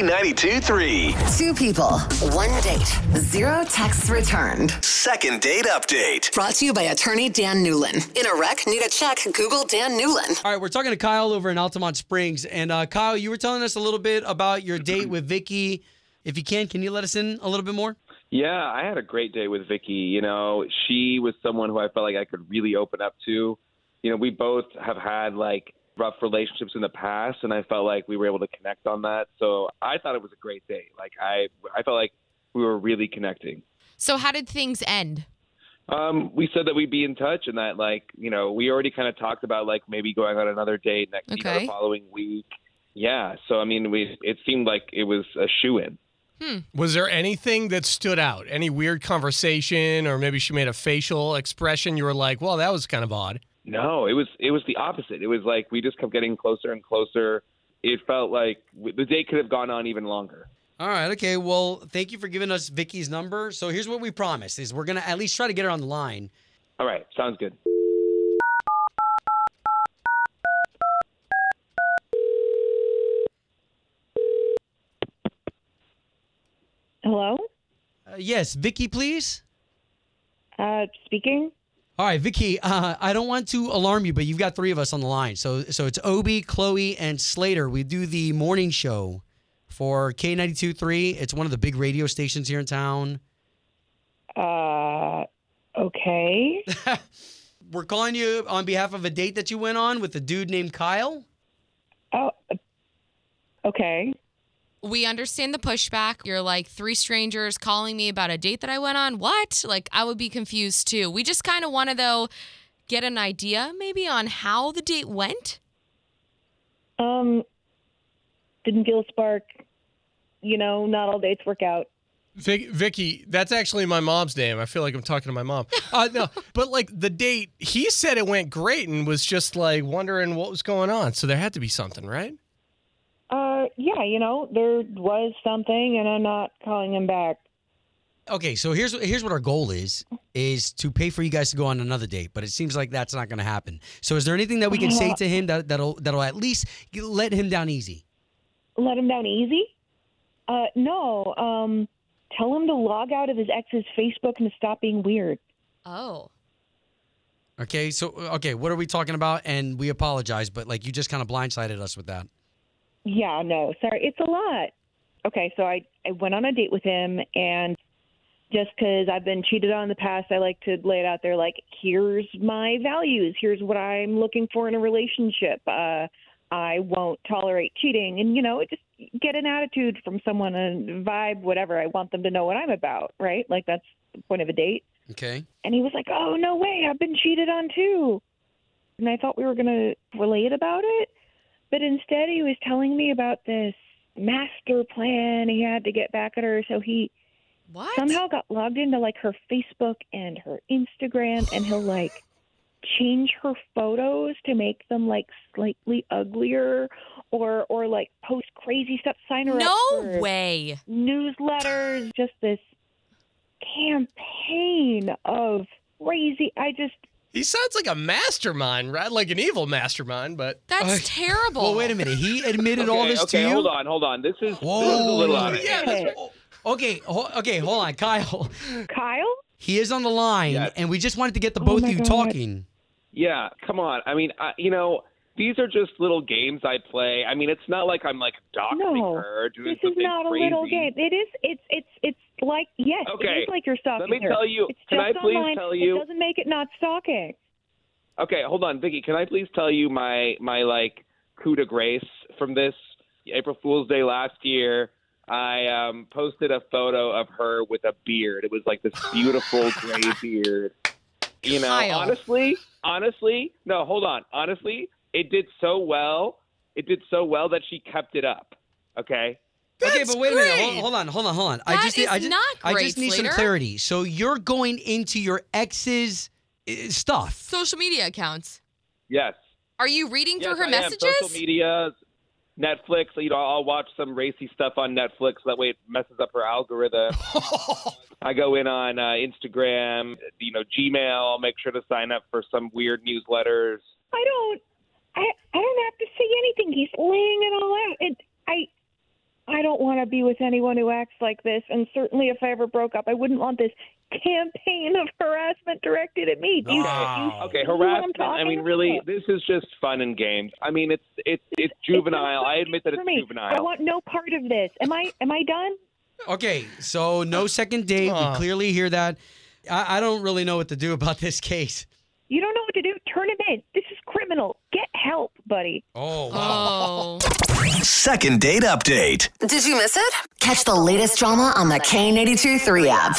K92 3. Two people, one date, zero texts returned. Second date update. Brought to you by attorney Dan Newlin. In a wreck, need a check, Google Dan Newlin. All right, we're talking to Kyle over in Altamont Springs, and uh, Kyle, you were telling us a little bit about Mm-hmm. your date with Vicky. If you can, can you let us in a little bit more? Yeah, I had a great day with Vicky. You know, she was someone who I felt like I could really open up to. You know, we both have had like rough relationships in the past, and I felt like we were able to connect on that. So I thought it was a great day. Like I, I felt like we were really connecting. So how did things end? Um, we said that we'd be in touch, and that like you know we already kind of talked about like maybe going on another date next you know, Okay. the following week. Yeah, so I mean, we it seemed like it was a shoe in. Was there anything that stood out? Any weird conversation, or maybe she made a facial expression? You were like, "Well, that was kind of odd." No, it was it was the opposite. It was like we just kept getting closer and closer. It felt like w- the day could have gone on even longer. All right, okay. Well, thank you for giving us Vicky's number. So here's what we promise: is we're gonna at least try to get her on the line. All right, sounds good. Hello? Uh, yes, Vicky, please. Uh, speaking? All right, Vicky. Uh, I don't want to alarm you, but you've got three of us on the line. So, so it's Obi, Chloe, and Slater. We do the morning show for K 923 It's one of the big radio stations here in town. Uh, okay. We're calling you on behalf of a date that you went on with a dude named Kyle. Oh, okay. We understand the pushback. You're like three strangers calling me about a date that I went on. What? Like I would be confused too. We just kind of want to though get an idea maybe on how the date went. Um, didn't feel a spark. You know, not all dates work out. Vic, Vicky, that's actually my mom's name. I feel like I'm talking to my mom. Uh, no, but like the date, he said it went great and was just like wondering what was going on. So there had to be something, right? Uh, yeah, you know, there was something, and I'm not calling him back. Okay, so here's here's what our goal is: is to pay for you guys to go on another date. But it seems like that's not going to happen. So, is there anything that we can say to him that that'll that'll at least get- let him down easy? Let him down easy? Uh, no. Um, tell him to log out of his ex's Facebook and to stop being weird. Oh. Okay, so okay, what are we talking about? And we apologize, but like you just kind of blindsided us with that. Yeah, no, sorry, it's a lot. Okay, so I, I went on a date with him, and just 'cause I've been cheated on in the past, I like to lay it out there like, here's my values, here's what I'm looking for in a relationship. Uh, I won't tolerate cheating, and you know, it just get an attitude from someone, a vibe, whatever. I want them to know what I'm about, right? Like that's the point of a date. Okay. And he was like, "Oh no way, I've been cheated on too." And I thought we were gonna relate about it, but instead he was telling me about this master plan he had to get back at her. So he What? somehow got logged into like her Facebook and her Instagram, and he'll like change her photos to make them like slightly uglier, or or like post crazy stuff. Sign her up no for way. newsletters, just this campaign of crazy. I just, He sounds like a mastermind, right? Like an evil mastermind, but That's terrible. Well, wait a minute. He admitted all okay, this okay, to you. hold on, hold on. This is, Whoa. this is a little out of yeah, hand. that's right. Okay, ho- okay, hold on, Kyle. Kyle? He is on the line, Yes. and we just wanted to get the Oh both my of you God. talking. Yeah, come on. I mean, I, you know, these are just little games I play. I mean, it's not like I'm like doxing No, her or doing This is something not a crazy. little game. It is. It's. It's. It's like yes. It Okay, is like you're stalking. Let me her. tell you. It's can I just please online. tell It you? doesn't make it not stalking. Okay, hold on, Vicky. Can I please tell you my my like coup de grace from this April Fool's Day last year? I um, posted a photo of her with a beard. It was like this beautiful gray beard. You know, Kyle. honestly, honestly, no, hold on. Honestly, it did so well. It did so well that she kept it up. Okay. okay, but wait a minute. Hold, great. hold on, hold on, hold on. I That just, is I just, not I great, just need Slater. some clarity. So you're going into your ex's eh, stuff. Social media accounts. Yes. Are you reading yes, through her I am. messages? Social media, Netflix. You know, I'll watch some racy stuff on Netflix. That way, it messes up her algorithm. I go in on uh, Instagram, you know, Gmail. I'll make sure to sign up for some weird newsletters. I don't. I. I don't have to say anything. He's laying it all out, and I. I don't want to be with anyone who acts like this. And certainly, if I ever broke up, I wouldn't want this campaign of harassment directed at me. Do you, Wow. do Okay, you see what I'm harassment. I talking mean, really, about? this is just fun and games. I mean, it's it's it's juvenile. I admit that For it's me, I juvenile. want no part of this. Am I? Am I done? Okay, so no Uh, second date. Aw. We clearly hear that. I, I don't really know what to do about this case. You don't know what to do. Turn him in. This is criminal. Get help, buddy. Oh, wow. Oh. Second date update. Did you miss it? Catch the latest drama on the K82 3 app.